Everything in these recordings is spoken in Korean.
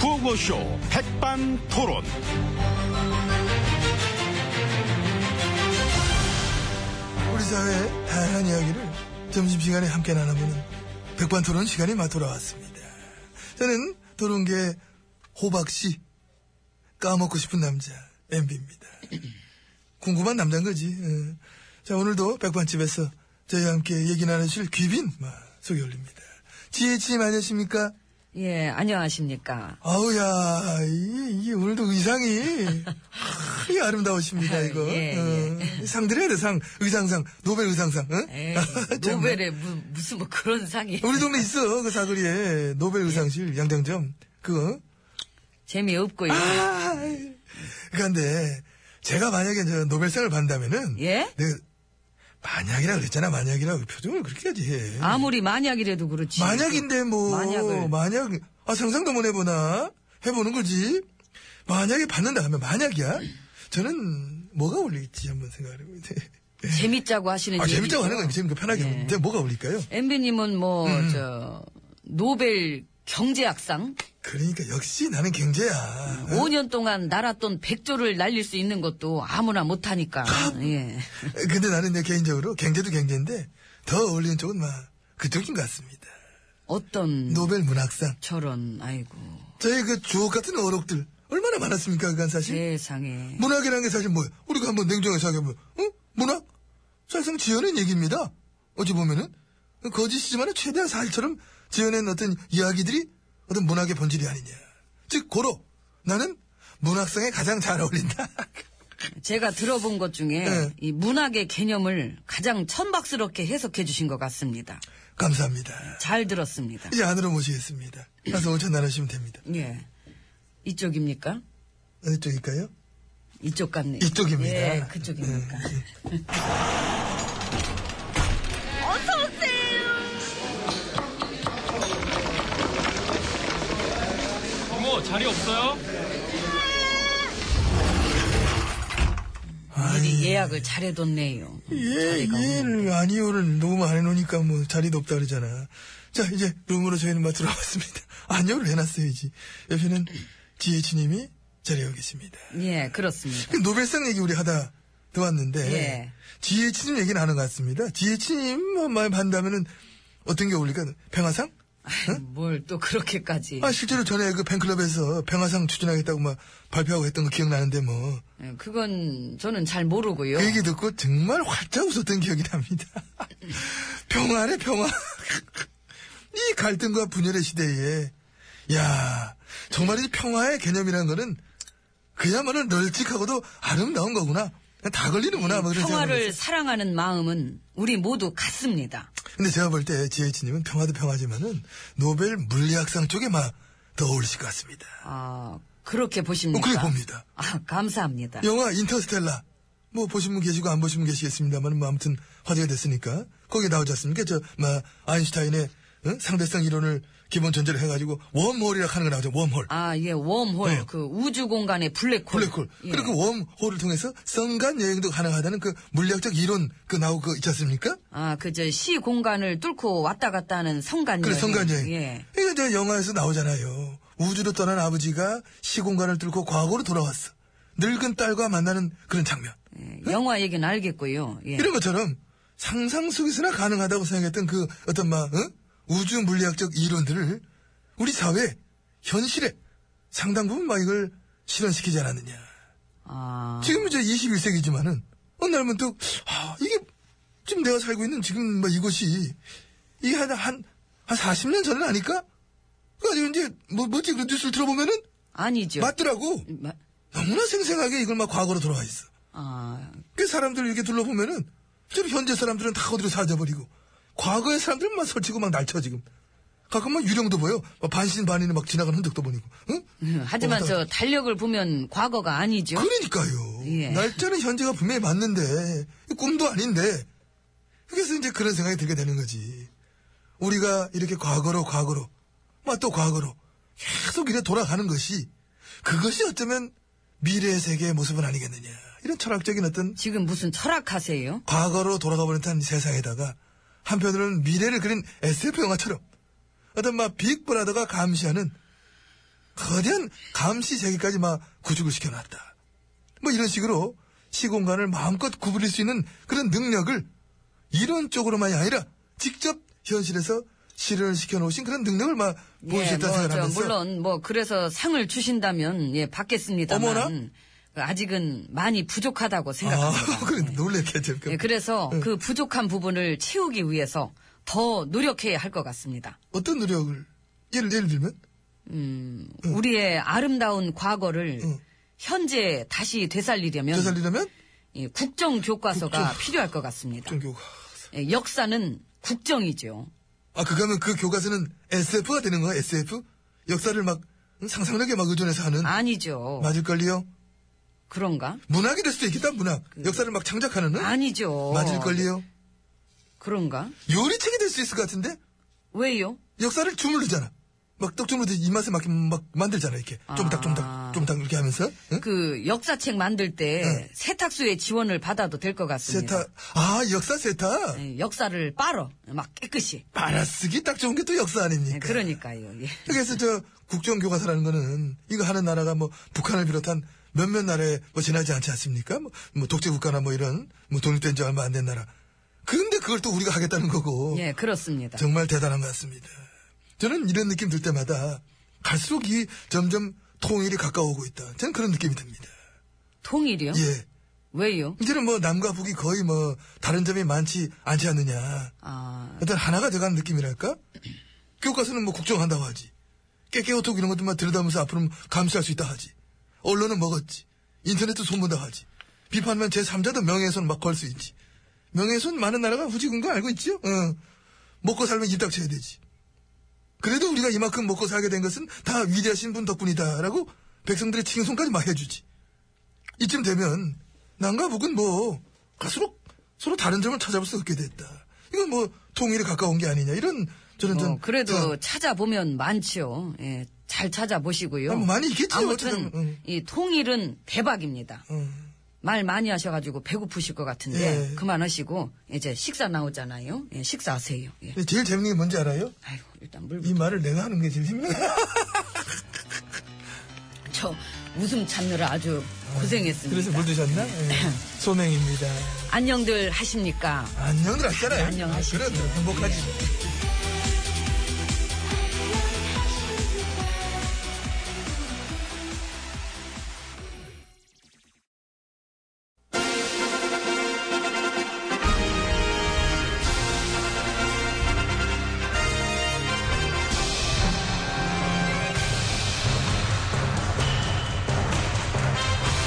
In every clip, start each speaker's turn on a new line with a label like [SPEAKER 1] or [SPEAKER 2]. [SPEAKER 1] 구호쇼 백반토론.
[SPEAKER 2] 우리 사회의 다양한 이야기를 점심시간에 함께 나눠보는 백반토론 시간이 막 돌아왔습니다. 저는 토론계 호박씨 까먹고 싶은 남자 MB입니다. 궁금한 남자인 거지. 예. 자 오늘도 백반집에서 저희와 함께 얘기 나누실 귀빈 마, 소개 올립니다. 지혜님 안녕하십니까?
[SPEAKER 3] 예, 안녕하십니까.
[SPEAKER 2] 아우야 이- 이게 오늘도 의상이 크게 아름다우십니다 이거
[SPEAKER 3] 예, 예.
[SPEAKER 2] 어, 상 드려야 돼상 의상상 노벨 의상상 응?
[SPEAKER 3] 에이,
[SPEAKER 2] 참나.
[SPEAKER 3] 예, 노벨에 무, 슨뭐 그런 상이
[SPEAKER 2] 우리 동네 있어 그 사거리에
[SPEAKER 3] 예.
[SPEAKER 2] 노벨 의상실 양장점 그거
[SPEAKER 3] 재미없고 요
[SPEAKER 2] 아 그런데 제가 만약에 저 노벨상을 받는다면은
[SPEAKER 3] 예?
[SPEAKER 2] 내가 만약이라 그랬잖아 만약이라고 표정을 그렇게까지 해
[SPEAKER 3] 아무리 만약이라도 그렇지.
[SPEAKER 2] 예. 음. 만약인데 뭐
[SPEAKER 3] 만약을.
[SPEAKER 2] 만약 아 상상도 못 해보나 해보는 거지 만약에 받는다 하면 만약이야 저는 뭐가 어울리겠지 한번 생각해보면
[SPEAKER 3] 재밌자고 하시는
[SPEAKER 2] 아 재밌다고
[SPEAKER 3] 얘기죠.
[SPEAKER 2] 하는 건 재밌고 편하게
[SPEAKER 3] 예.
[SPEAKER 2] 근데 음. 뭐가 어울릴까요
[SPEAKER 3] 엠비님은 뭐, 저, 노벨 경제학상?
[SPEAKER 2] 그러니까 역시 나는 경제야
[SPEAKER 3] 5년 동안 날았던 백조를 날릴 수 있는 것도 아무나 못하니까.
[SPEAKER 2] 뭐.
[SPEAKER 3] 예.
[SPEAKER 2] 근데 나는 내 개인적으로 경제도 경제인데 더 어울리는 쪽은 막 그쪽인 것 같습니다
[SPEAKER 3] 어떤
[SPEAKER 2] 노벨 문학상
[SPEAKER 3] 저런, 아이고.
[SPEAKER 2] 저희 그 주옥 같은 어록들 얼마나 많았습니까 그간 사실
[SPEAKER 3] 세상에.
[SPEAKER 2] 문학이라는 게 사실 뭐예요? 우리가 한번 냉정하게 생각해보면, 응? 문학? 사실상 지어낸 얘기입니다. 어찌 보면은, 거짓이지만 최대한 사실처럼 지어낸 어떤 이야기들이 어떤 문학의 본질이 아니냐. 즉, 고로, 나는 문학성에 가장 잘 어울린다.
[SPEAKER 3] 제가 들어본 것 중에
[SPEAKER 2] 예.
[SPEAKER 3] 이 문학의 개념을 가장 천박스럽게 해석해 주신 것 같습니다.
[SPEAKER 2] 감사합니다.
[SPEAKER 3] 잘 들었습니다.
[SPEAKER 2] 이제 안으로 모시겠습니다. 가서 오천 나누시면 됩니다.
[SPEAKER 3] 예. 이쪽입니까?
[SPEAKER 2] 어느 쪽일까요?
[SPEAKER 3] 이쪽 같네요.
[SPEAKER 2] 이쪽입니다. 예.
[SPEAKER 3] 예, 그쪽입니까?
[SPEAKER 4] 어머 자리 없어요?
[SPEAKER 3] 예. 미리 예약을 잘해뒀네요.
[SPEAKER 2] 예,
[SPEAKER 3] 자리가 없네.
[SPEAKER 2] 예를, 아니요를 녹음 안 해놓으니까 뭐 자리도 없다 그러잖아. 자, 이제 룸으로 저희는 막 들어왔습니다. 아니요를 해놨어야지. 옆에는 지혜치님이 자리하고 계십니다.
[SPEAKER 3] 예, 그렇습니다.
[SPEAKER 2] 그 노벨상 얘기 우리 하다 들어왔는데,
[SPEAKER 3] 예.
[SPEAKER 2] 지혜치님 얘기는 안 한 것 같습니다. 지혜치님만 뭐 한다면은 어떤 게 어울릴까? 평화상?
[SPEAKER 3] 뭘 또 그렇게까지.
[SPEAKER 2] 어? 아, 실제로 전에 그 팬클럽에서 평화상 추진하겠다고 막 발표하고 했던 거 기억나는데 뭐.
[SPEAKER 3] 예, 그건 저는 잘 모르고요.
[SPEAKER 2] 그 얘기 듣고 정말 활짝 웃었던 기억이 납니다. 평화래 평화. 이 갈등과 분열의 시대에 야 정말 이 평화의 개념이라는 거는 그야말로 널찍하고도 아름다운 거구나. 그냥 다 걸리는구나. 뭐 그런 생각을
[SPEAKER 3] 평화를
[SPEAKER 2] 했어요.
[SPEAKER 3] 사랑하는 마음은 우리 모두 같습니다.
[SPEAKER 2] 근데 제가 볼 때 지혜진님은 평화도 평화지만은 노벨 물리학상 쪽에 막 더 어울리실 것 같습니다.
[SPEAKER 3] 아, 그렇게
[SPEAKER 2] 뭐
[SPEAKER 3] 보십니까?
[SPEAKER 2] 그렇게 봅니다.
[SPEAKER 3] 아, 감사합니다.
[SPEAKER 2] 영화 인터스텔라 뭐 보신 분 계시고 안 보신 분 계시겠습니다만 뭐 아무튼 화제가 됐으니까 거기에 나오지 않습니까 저마 아인슈타인의 응? 상대성 이론을 기본 전제로 해가지고 웜홀이라 고 하는 거 나오죠 웜홀
[SPEAKER 3] 아, 예, 웜홀,
[SPEAKER 2] 어.
[SPEAKER 3] 그 우주 공간의 블랙홀.
[SPEAKER 2] 블랙홀
[SPEAKER 3] 예.
[SPEAKER 2] 그리고 그 웜홀을 통해서 성간 여행도 가능하다는 그 물리학적 이론 그 나오고 그거 있지 않습니까
[SPEAKER 3] 아, 그, 저, 시 공간을 뚫고 왔다 갔다 하는 성간
[SPEAKER 2] 그래
[SPEAKER 3] 여행.
[SPEAKER 2] 성간 여행
[SPEAKER 3] 예.
[SPEAKER 2] 이거 저 영화에서 나오잖아요 우주로 떠난 아버지가 시공간을 뚫고 과거로 돌아왔어 늙은 딸과 만나는 그런 장면
[SPEAKER 3] 예,
[SPEAKER 2] 네?
[SPEAKER 3] 영화 얘기는 알겠고요. 예.
[SPEAKER 2] 이런 것처럼 상상 속에서나 가능하다고 생각했던 그 어떤 막 어? 우주 물리학적 이론들을 우리 사회 현실에 상당 부분 막 이걸 실현시키지 않았느냐.
[SPEAKER 3] 아,
[SPEAKER 2] 지금 이제 21세기지만은 어느 날 문득 아, 이게 지금 내가 살고 있는 지금 막 이곳이 이게 한한한 40년 전은 아닐까? 그래가지고 이제 뭐 뭐지 그 뉴스를 들어보면은
[SPEAKER 3] 아니죠.
[SPEAKER 2] 맞더라고.
[SPEAKER 3] 마-
[SPEAKER 2] 너무나 생생하게 이걸 막 과거로 돌아와 있어.
[SPEAKER 3] 아,
[SPEAKER 2] 그 사람들 이렇게 둘러보면은 실제로 현재 사람들은 다 어디로 사라져버리고 과거의 사람들은 막 설치고 막 날쳐 지금 가끔 막 유령도 보여 막 반신반의는 막 지나가는 흔적도 보이고 응?
[SPEAKER 3] 음, 하지만
[SPEAKER 2] 어,
[SPEAKER 3] 저 달력을 보면 과거가 아니죠.
[SPEAKER 2] 그러니까요
[SPEAKER 3] 예.
[SPEAKER 2] 날짜는 현재가 분명히 맞는데 꿈도 아닌데 그래서 이제 그런 생각이 들게 되는 거지 우리가 이렇게 과거로 과거로 막 또 과거로 계속 이래 돌아가는 것이 그것이 어쩌면 미래의 세계의 모습은 아니겠느냐 이런 철학적인 어떤
[SPEAKER 3] 지금 무슨 철학하세요?
[SPEAKER 2] 과거로 돌아가 버린 듯한 세상에다가 한편으로는 미래를 그린 SF 영화처럼 어떤 막 빅브라더가 감시하는 거대한 감시 세계까지 막 구축을 시켜놨다. 뭐 이런 식으로 시공간을 마음껏 구부릴 수 있는 그런 능력을 이론 쪽으로만이 아니라 직접 현실에서 실현을 시켜놓으신 그런 능력을 막 보여주셨다
[SPEAKER 3] 뭐, 저,
[SPEAKER 2] 생각하면서
[SPEAKER 3] 물론 뭐 그래서 상을 주신다면 예 받겠습니다만
[SPEAKER 2] 어머나?
[SPEAKER 3] 아직은 많이 부족하다고 생각합니다.
[SPEAKER 2] 아, 그래 놀랬겠죠.
[SPEAKER 3] 예, 그래서
[SPEAKER 2] 응.
[SPEAKER 3] 그 부족한 부분을 채우기 위해서 더 노력해야 할 것 같습니다.
[SPEAKER 2] 어떤 노력을 예를 예를 들면
[SPEAKER 3] 음, 우리의 아름다운 과거를
[SPEAKER 2] 응.
[SPEAKER 3] 현재 다시 되살리려면
[SPEAKER 2] 음. 되살리려면
[SPEAKER 3] 예, 국정 교과서가
[SPEAKER 2] 국정.
[SPEAKER 3] 필요할 것 같습니다.
[SPEAKER 2] 종교가
[SPEAKER 3] 예, 역사는 국정이죠.
[SPEAKER 2] 아 그거면 그 교과서는 SF가 되는 거야 SF 역사를 막 상상력에 막 의존해서 하는
[SPEAKER 3] 아니죠. 어.
[SPEAKER 2] 맞을걸요
[SPEAKER 3] 그런가?
[SPEAKER 2] 문학이 될 수도 있겠다 문학 역사를 막 창작하는 응?
[SPEAKER 3] 그 아니죠.
[SPEAKER 2] 맞을걸요
[SPEAKER 3] 그런가?
[SPEAKER 2] 요리책이 될 수 있을 것 같은데
[SPEAKER 3] 왜요?
[SPEAKER 2] 역사를 주물르잖아 막 떡 주물르듯 입맛에 맞게 막 만들잖아 이렇게 좀딱
[SPEAKER 3] 아.
[SPEAKER 2] 좀딱 좀딱 이렇게 하면서 응?
[SPEAKER 3] 그 역사책 만들 때
[SPEAKER 2] 응.
[SPEAKER 3] 세탁소의 지원을 받아도 될 것 같습니다.
[SPEAKER 2] 세타 아 역사 세타
[SPEAKER 3] 예, 역사를 빨어 막 깨끗이.
[SPEAKER 2] 빨아쓰기 딱 좋은 게 또 역사 아닙니까
[SPEAKER 3] 예, 그러니까요. 예.
[SPEAKER 2] 그래서 저 국정교과서라는 거는 이거 하는 나라가 뭐 북한을 비롯한 몇몇 나라에 뭐 지나지 않지 않습니까? 뭐, 뭐 독재국가나 뭐 이런 뭐 독립된 지 얼마 안 된 나라. 그런데 그걸 또 우리가 하겠다는 거고
[SPEAKER 3] 예, 그렇습니다.
[SPEAKER 2] 정말 대단한 것 같습니다. 저는 이런 느낌 들 때마다 갈수록 이 점점 통일이 가까워오고 있다. 저는 그런 느낌이 듭니다.
[SPEAKER 3] 통일이요?
[SPEAKER 2] 예.
[SPEAKER 3] 왜요?
[SPEAKER 2] 이제는 뭐 남과 북이 거의 뭐 다른 점이 많지 않지 않느냐.
[SPEAKER 3] 아,
[SPEAKER 2] 일단 하나가 돼가는 느낌이랄까? 교과서는 뭐 국정한다고 하지. 깨깨오톡 이런 것들만 들여다보면서 앞으로는 감시할 수 있다 하지. 언론은 먹었지. 인터넷도 손본다 하지. 비판하면 제3자도 명예훼손 막 걸 수 있지. 명예훼손 많은 나라가 후지군 거 알고 있죠? 어. 먹고 살면 입 닥쳐야 되지. 그래도 우리가 이만큼 먹고 살게 된 것은 다 위대하신 분 덕분이다라고 백성들의 칭송까지 막 해주지. 이쯤 되면 남과 북은 뭐 갈수록 서로 다른 점을 찾아볼 수 없게 됐다. 이건 뭐 통일에 가까운 게 아니냐 이런 저는
[SPEAKER 3] 뭐
[SPEAKER 2] 좀
[SPEAKER 3] 그래도
[SPEAKER 2] 자,
[SPEAKER 3] 찾아보면 많지요. 예, 잘 찾아보시고요.
[SPEAKER 2] 아, 뭐 많이 있겠지요,
[SPEAKER 3] 아무튼
[SPEAKER 2] 어쨌든, 음. 응.
[SPEAKER 3] 이 통일은 대박입니다.
[SPEAKER 2] 음,
[SPEAKER 3] 말 많이 하셔가지고 배고프실 것 같은데
[SPEAKER 2] 예.
[SPEAKER 3] 그만하시고 이제 식사 나오잖아요. 예, 식사하세요. 예.
[SPEAKER 2] 근데 제일 재밌는 게 뭔지 알아요?
[SPEAKER 3] 아이고 일단 물.
[SPEAKER 2] 이 말을 내가 하는 게 제일 힘들어.
[SPEAKER 3] 저 웃음 참느라 아주 고생했습니다.
[SPEAKER 2] 그래서 물 드셨나? 예. 소맹입니다.
[SPEAKER 3] 안녕들 하십니까?
[SPEAKER 2] 안녕들 하잖아요.
[SPEAKER 3] 네, 안녕하시죠.
[SPEAKER 2] 그래도 행복하지.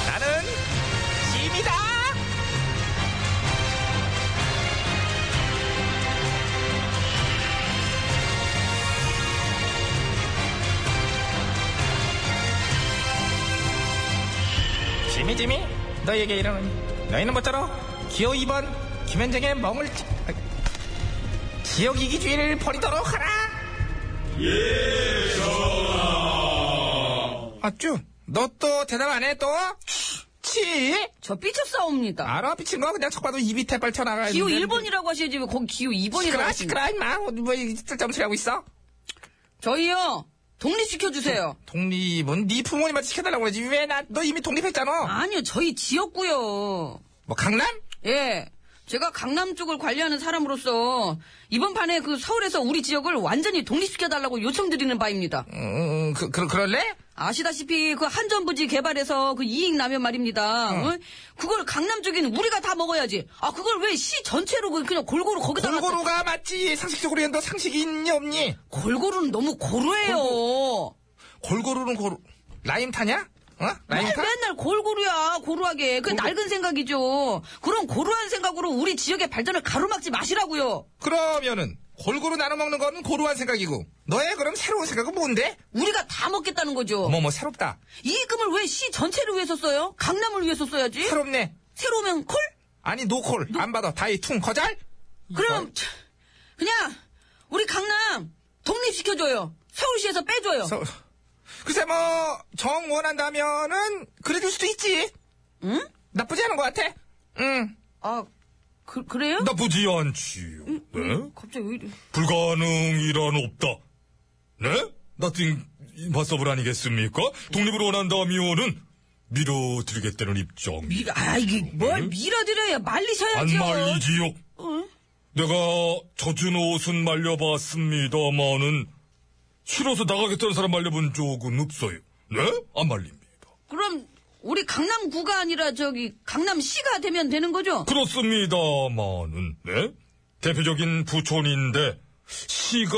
[SPEAKER 1] 나는 짐이다.
[SPEAKER 5] 지미 지미 너에게 이러는 너희는 모쪼록 기호 2번 김현정의 멍을 지- 아, 지역 이기주의를 버리도록 하라 예 전하 아쭈 너 또 대답 안 해 또? 치
[SPEAKER 3] 저 삐쳤사옵니다.
[SPEAKER 5] 알아 미친 거 그냥 척 봐도 입이 태빨 튀어나가
[SPEAKER 3] 기호 1번이라고 하시지 왜 거기 기호 2번이라고
[SPEAKER 5] 시끄러
[SPEAKER 3] 하시지?
[SPEAKER 5] 시끄러 임마 어디 뭐 쓸데없는 소리 하고 있어
[SPEAKER 3] 저희요 독립시켜주세요.
[SPEAKER 5] 독립은 네 부모님한테 시켜달라고 그러지 왜 나 너 이미 독립했잖아
[SPEAKER 3] 아니요 저희 지역구요.
[SPEAKER 5] 뭐 강남?
[SPEAKER 3] 예. 제가 강남 쪽을 관리하는 사람으로서 이번 판에 그 서울에서 우리 지역을 완전히 독립시켜달라고 요청드리는 바입니다.
[SPEAKER 5] 음, 그, 그, 그럴래?
[SPEAKER 3] 아시다시피 그 한전부지 개발해서 그 이익 나면 말입니다.
[SPEAKER 5] 네.
[SPEAKER 3] 어? 그걸 강남 쪽에는 우리가 다 먹어야지. 아 그걸 왜 시 전체로 그- 그냥 골고루
[SPEAKER 5] 아,
[SPEAKER 3] 거기다 가
[SPEAKER 5] 골고루가 맞지 상식적으로 얘너 상식이 있니 없니
[SPEAKER 3] 골고루는 너무 고루해요.
[SPEAKER 5] 골고루는 고루 라임 타냐? 어? 라임
[SPEAKER 3] 맨-
[SPEAKER 5] 타?
[SPEAKER 3] 맨날 골고루야 고루하게 그 낡은 생각이죠. 그런 고루한 생각으로 우리 지역의 발전을 가로막지 마시라고요.
[SPEAKER 5] 그러면은 골고루 나눠 먹는 거는 고루한 생각이고 너의 그럼 새로운 생각은 뭔데?
[SPEAKER 3] 우리가 다 먹겠다는 거죠.
[SPEAKER 5] 어머머 새롭다
[SPEAKER 3] 이익금을 왜 시 전체를 위해서 써요? 강남을 위해서 써야지.
[SPEAKER 5] 새롭네
[SPEAKER 3] 새로우면 콜?
[SPEAKER 5] 아니 노콜 안 받아 다이 퉁 거잘?
[SPEAKER 3] 그럼 참, 그냥 우리 강남 독립시켜줘요. 서울시에서 빼줘요.
[SPEAKER 5] 서- 글쎄 뭐 정원한다면은 그래줄 수도 있지
[SPEAKER 3] 응?
[SPEAKER 5] 나쁘지 않은 것 같아 응
[SPEAKER 3] 아 그, 그래요?
[SPEAKER 1] 나쁘지 않지요. 네?
[SPEAKER 3] 갑자기 왜 이래?
[SPEAKER 1] 불가능이란 없다. 네? Nothing 인파서블 아니겠습니까? 독립을 원한다면은 밀어드리겠다는 입장.
[SPEAKER 3] 미, 아, 이게 뭘 밀어드려요. 말리셔야죠. 어?
[SPEAKER 1] 안 말리지요. 내가 젖은 옷은 말려봤습니다마는 싫어서 나가겠다는 사람 말려본 적은 없어요. 네? 안 말립니다.
[SPEAKER 3] 그럼 우리 강남구가 아니라 저기 강남시가 되면 되는 거죠?
[SPEAKER 1] 그렇습니다마는 네? 대표적인 부촌인데 시가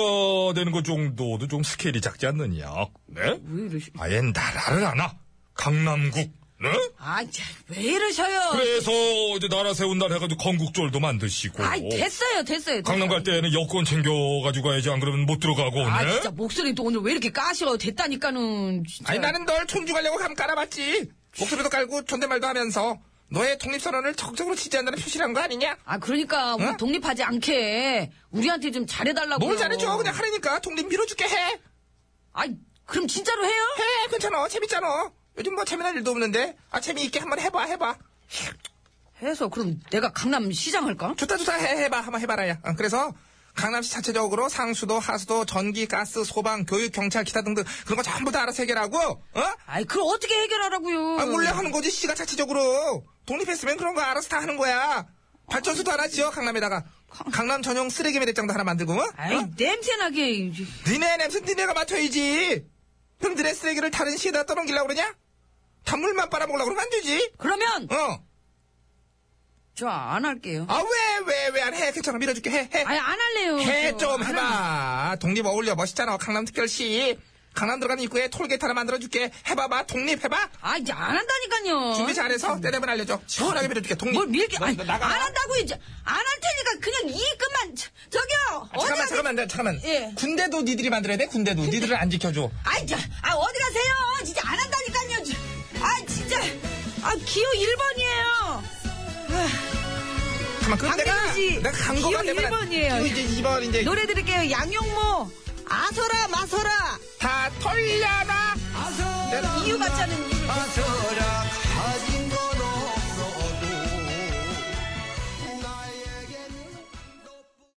[SPEAKER 1] 되는 것 정도도 좀 스케일이 작지 않느냐? 네?
[SPEAKER 3] 왜 이러시?
[SPEAKER 1] 아엔 나라를 아나 강남국 네?
[SPEAKER 3] 아, 자, 왜 이러셔요?
[SPEAKER 1] 그래서 이제 나라 세운 날 해가지고 건국절도 만드시고
[SPEAKER 3] 아, 됐어요, 됐어요.
[SPEAKER 1] 강남 갈
[SPEAKER 3] 됐어요.
[SPEAKER 1] 때는 여권 챙겨가지고 가야지 안 그러면 못 들어가고
[SPEAKER 3] 아,
[SPEAKER 1] 네?
[SPEAKER 3] 진짜 목소리도 오늘 왜 이렇게 까시고 됐다니까는. 진짜.
[SPEAKER 5] 아니 나는 널 총중하려고 감 깔아봤지. 목소리도 깔고 존댓말도 하면서 너의 독립선언을 적극적으로 지지한다는 표시란 거 아니냐?
[SPEAKER 3] 아, 그러니까 우리
[SPEAKER 5] 응?
[SPEAKER 3] 독립하지 않게 우리한테 좀 잘해달라고.
[SPEAKER 5] 어? 뭘 잘해줘 그냥 하라니까 독립 밀어줄게 해.
[SPEAKER 3] 아, 그럼 진짜로 해요?
[SPEAKER 5] 해 괜찮아 재밌잖아. 요즘 뭐 재미난 일도 없는데 아 재미있게 한번 해봐 해봐.
[SPEAKER 3] 해서 그럼 내가 강남 시장 할까?
[SPEAKER 5] 좋다 좋다 해 해봐 한번 해봐라야. 어, 그래서 강남시 자체적으로 상수도 하수도 전기 가스 소방 교육 경찰 기타 등등 그런 거 전부 다 알아서 해결하고 어?
[SPEAKER 3] 아이, 그걸 어떻게 해결하라고요?
[SPEAKER 5] 아, 원래 하는 거지 시가 자체적으로 독립했으면 그런 거 알아서 다 하는 거야. 발전소도 하나 지어 강남에다가 강남 전용 쓰레기 매립장도 하나 만들고. 어?
[SPEAKER 3] 아이,
[SPEAKER 5] 어?
[SPEAKER 3] 냄새나게. 이제.
[SPEAKER 5] 니네 냄새 니네가 맡아야지. 형들의 쓰레기를 다른 시에다 떠넘기려고 그러냐? 단물만 빨아먹으려고 그러면 안 되지.
[SPEAKER 3] 그러면
[SPEAKER 5] 어.
[SPEAKER 3] 저 안 할게요.
[SPEAKER 5] 아, 왜, 왜, 왜 안 해? 괜찮아. 밀어줄게. 해, 해.
[SPEAKER 3] 아니, 안 할래요.
[SPEAKER 5] 해
[SPEAKER 3] 저.
[SPEAKER 5] 좀
[SPEAKER 3] 안
[SPEAKER 5] 해봐. 독립 어울려. 멋있잖아. 강남 특별시. 강남 들어가는 입구에 톨게이트 하나 만들어줄게. 해봐봐. 독립해봐.
[SPEAKER 3] 아, 이제 안 한다니까요.
[SPEAKER 5] 준비 잘해서 때려면 알려줘. 시원하게 밀어줄게. 독립.
[SPEAKER 3] 뭘 밀게,
[SPEAKER 5] 너,
[SPEAKER 3] 아니,
[SPEAKER 5] 너 뭐, 나가.
[SPEAKER 3] 안 한다고 이제. 안 할 테니까 그냥 이익금만, 저- 저기요.
[SPEAKER 5] 아, 잠깐만, 잠깐만, 나- 잠깐만.
[SPEAKER 3] 예.
[SPEAKER 5] 군대도 니들이 만들어야 돼, 군대도. 니들을 안 지켜줘.
[SPEAKER 3] 아이, 저, 아, 어디 가세요? 진짜 안 한다니까요. 저- 아, 진짜. 아, 기호 1번이에요.
[SPEAKER 5] 잠깐만, 그럼 내가,
[SPEAKER 3] 강민지,
[SPEAKER 5] 내가 간
[SPEAKER 3] 기호
[SPEAKER 5] 거가 되면.
[SPEAKER 3] 1번이에요.
[SPEAKER 5] 안- 이제 2번, 이제.
[SPEAKER 3] 노래 드릴게요. 양용모. 아서라, 마서라.
[SPEAKER 5] 다 털려라! 네.
[SPEAKER 3] 이유 같지 않은 이유.
[SPEAKER 5] 아서라,